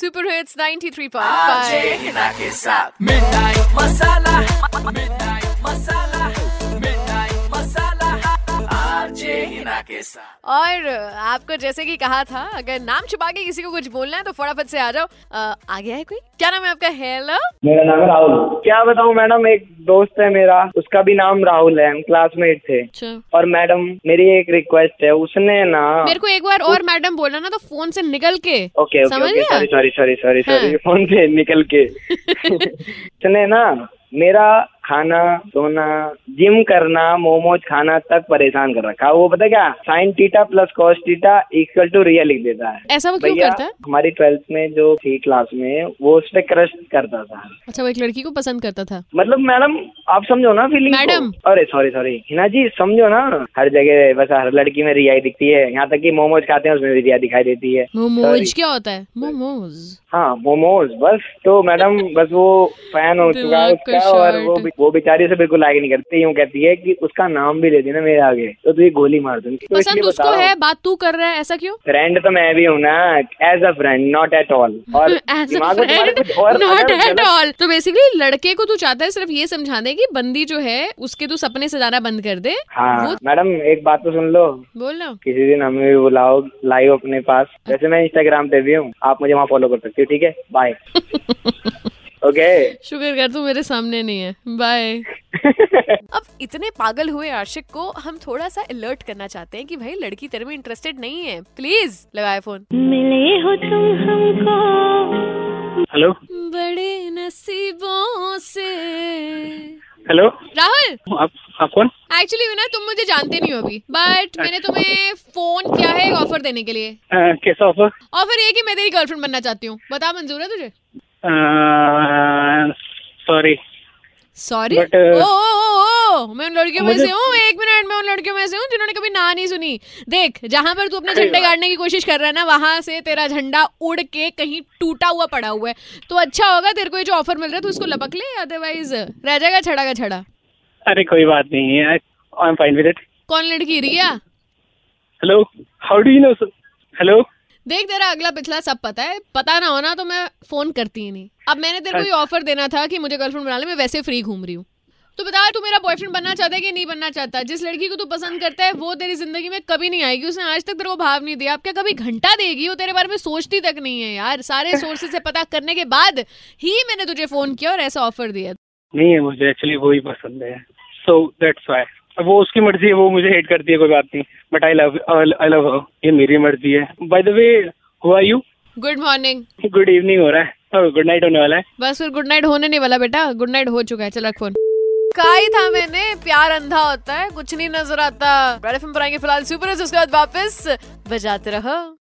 Super hits 93.5 Hina के साथ मिठाई मसाला मिठाई मसाला मिठाई मसाला आरजे हिना के साथ और आपको जैसे कि कहा था अगर नाम छुपा के किसी को कुछ बोलना है तो फटाफट से आ जाओ अ, आ गया है कोई क्या नाम है आपका हेलो मेरा नाम है राहुल क्या बताऊं मैडम एक दोस्त है मेरा उसका भी नाम राहुल है हम क्लासमेट थे और मैडम मेरी एक रिक्वेस्ट है उसने ना मेरे को एक बार और मैडम बोलना ना तो फोन से निकल के ओके ओके समझ ओके गया? सॉरी सॉरी सॉरी सॉरी हाँ। सॉरी फोन से निकल के उसने ना मेरा खाना सोना जिम करना मोमोज खाना तक परेशान कर रखा वो पता क्या sine theta plus cos theta equal to real लिख देता है ऐसा वो तो क्यों भैया करता है हमारी ट्वेल्थ में जो थी क्लास में वो उस पे क्रश करता था अच्छा वो एक लड़की को पसंद करता था मतलब मैडम आप समझो ना फीलिंग मैडम। अरे सॉरी सॉरी हिना जी समझो ना हर जगह बस हर लड़की में रियाई दिखती है यहाँ तक कि मोमोज खाते हैं उसमें भी रिया दिखाई देती है मोमोज क्या होता है मोमोज हाँ मोमोज बस तो मैडम बस वो फैन हो चुका है दिमाग का उसका और शॉट। वो भी- वो बेचारी से बिल्कुल आगे नहीं करती यूँ कहती है कि उसका नाम भी ले देना मेरे आगे तो तुझे गोली मार दूंगी तो पसंद इसलिए उसको बताओ है बात तू कर रहा है ऐसा क्यों फ्रेंड तो मैं भी हूँ ना as a friend not at all और As a दिमाग में तुम्हारे friend, कुछ और not अगर at गलत- all. तो बेसिकली लड़के को तू चाहता है सिर्फ ये समझाने की बंदी जो है उसके तू सपने सजाना बंद कर दे हाँ वो मैडम एक बात तो सुन लो बोल ना किसी दिन हमें भी बुलाओ लाइव अपने पास वैसे मैं इंस्टाग्राम पे भी हूँ आप मुझे वहाँ फॉलो कर सकती हो ठीक है बाय ओके शुगर कर तू मेरे सामने नहीं है बाय अब इतने पागल हुए आशिक को हम थोड़ा सा अलर्ट करना चाहते हैं कि भाई लड़की तेरे में इंटरेस्टेड नहीं है प्लीज लगाए फोन मिले हो तुम हमको हेलो बड़े नसीबों से हेलो राहुल आप आप कौन एक्चुअली ना तुम मुझे जानते नहीं हो अभी बट मैंने तुम्हें फोन किया है ऑफर देने के लिए अ, कैसा ऑफर ऑफर ये कि मैं तेरी गर्लफ्रेंड बनना चाहती हूँ बता मंजूर है तुझे सॉरी सॉरी But, ओ, uh, ओ, ओ, ओ, oh, मैं उन लड़कियों में मुझे- से हूँ एक मिनट मैं उन लड़कियों में से हूँ जिन्होंने कभी ना नहीं सुनी देख जहाँ पर तू अपने झंडे गाड़ने की कोशिश कर रहा है ना वहां से तेरा झंडा उड़ के कहीं टूटा हुआ पड़ा हुआ है तो अच्छा होगा तेरे को ये जो ऑफर मिल रहा है तू इसको लपक ले अदरवाइज रह जाएगा छड़ा का छड़ा अरे कोई बात नहीं है I am fine with it कौन लड़की Riya hello how do you know hello देख तेरा अगला पिछला सब पता है पता ना होना तो मैं फोन करती ही नहीं अब मैंने तेरे को ये ऑफर देना था कि मुझे गर्लफ्रेंड बना ले मैं वैसे फ्री घूम रही हूँ तो बता तू मेरा बॉयफ्रेंड बनना चाहता है कि नहीं बनना चाहता जिस लड़की को तू पसंद करता है वो तेरी जिंदगी में कभी नहीं आएगी उसने आज तक तेरे को भाव नहीं दिया अब क्या कभी घंटा देगी वो तेरे बारे में सोचती तक नहीं है यार सारे सोर्सेज से पता करने के बाद ही मैंने तुझे फोन किया और ऐसा ऑफर दिया नहीं है मुझे एक्चुअली वो ही पसंद है सो दैट्स वाई अब वो उसकी मर्जी है वो मुझे हेट करती है कोई बात नहीं but I love I love ये मेरी मर्जी है by the way who are you good morning good evening हो रहा Oh, है गुड नाइट होने वाला है बस फिर गुड नाइट होने नहीं वाला बेटा गुड नाइट हो चुका है चल रख फोन कहा ही था मैंने प्यार अंधा होता है कुछ नहीं नजर आता बड़े फिल्म बनाएंगे फिलहाल सुपर है उसके बाद वापस बजाते रहो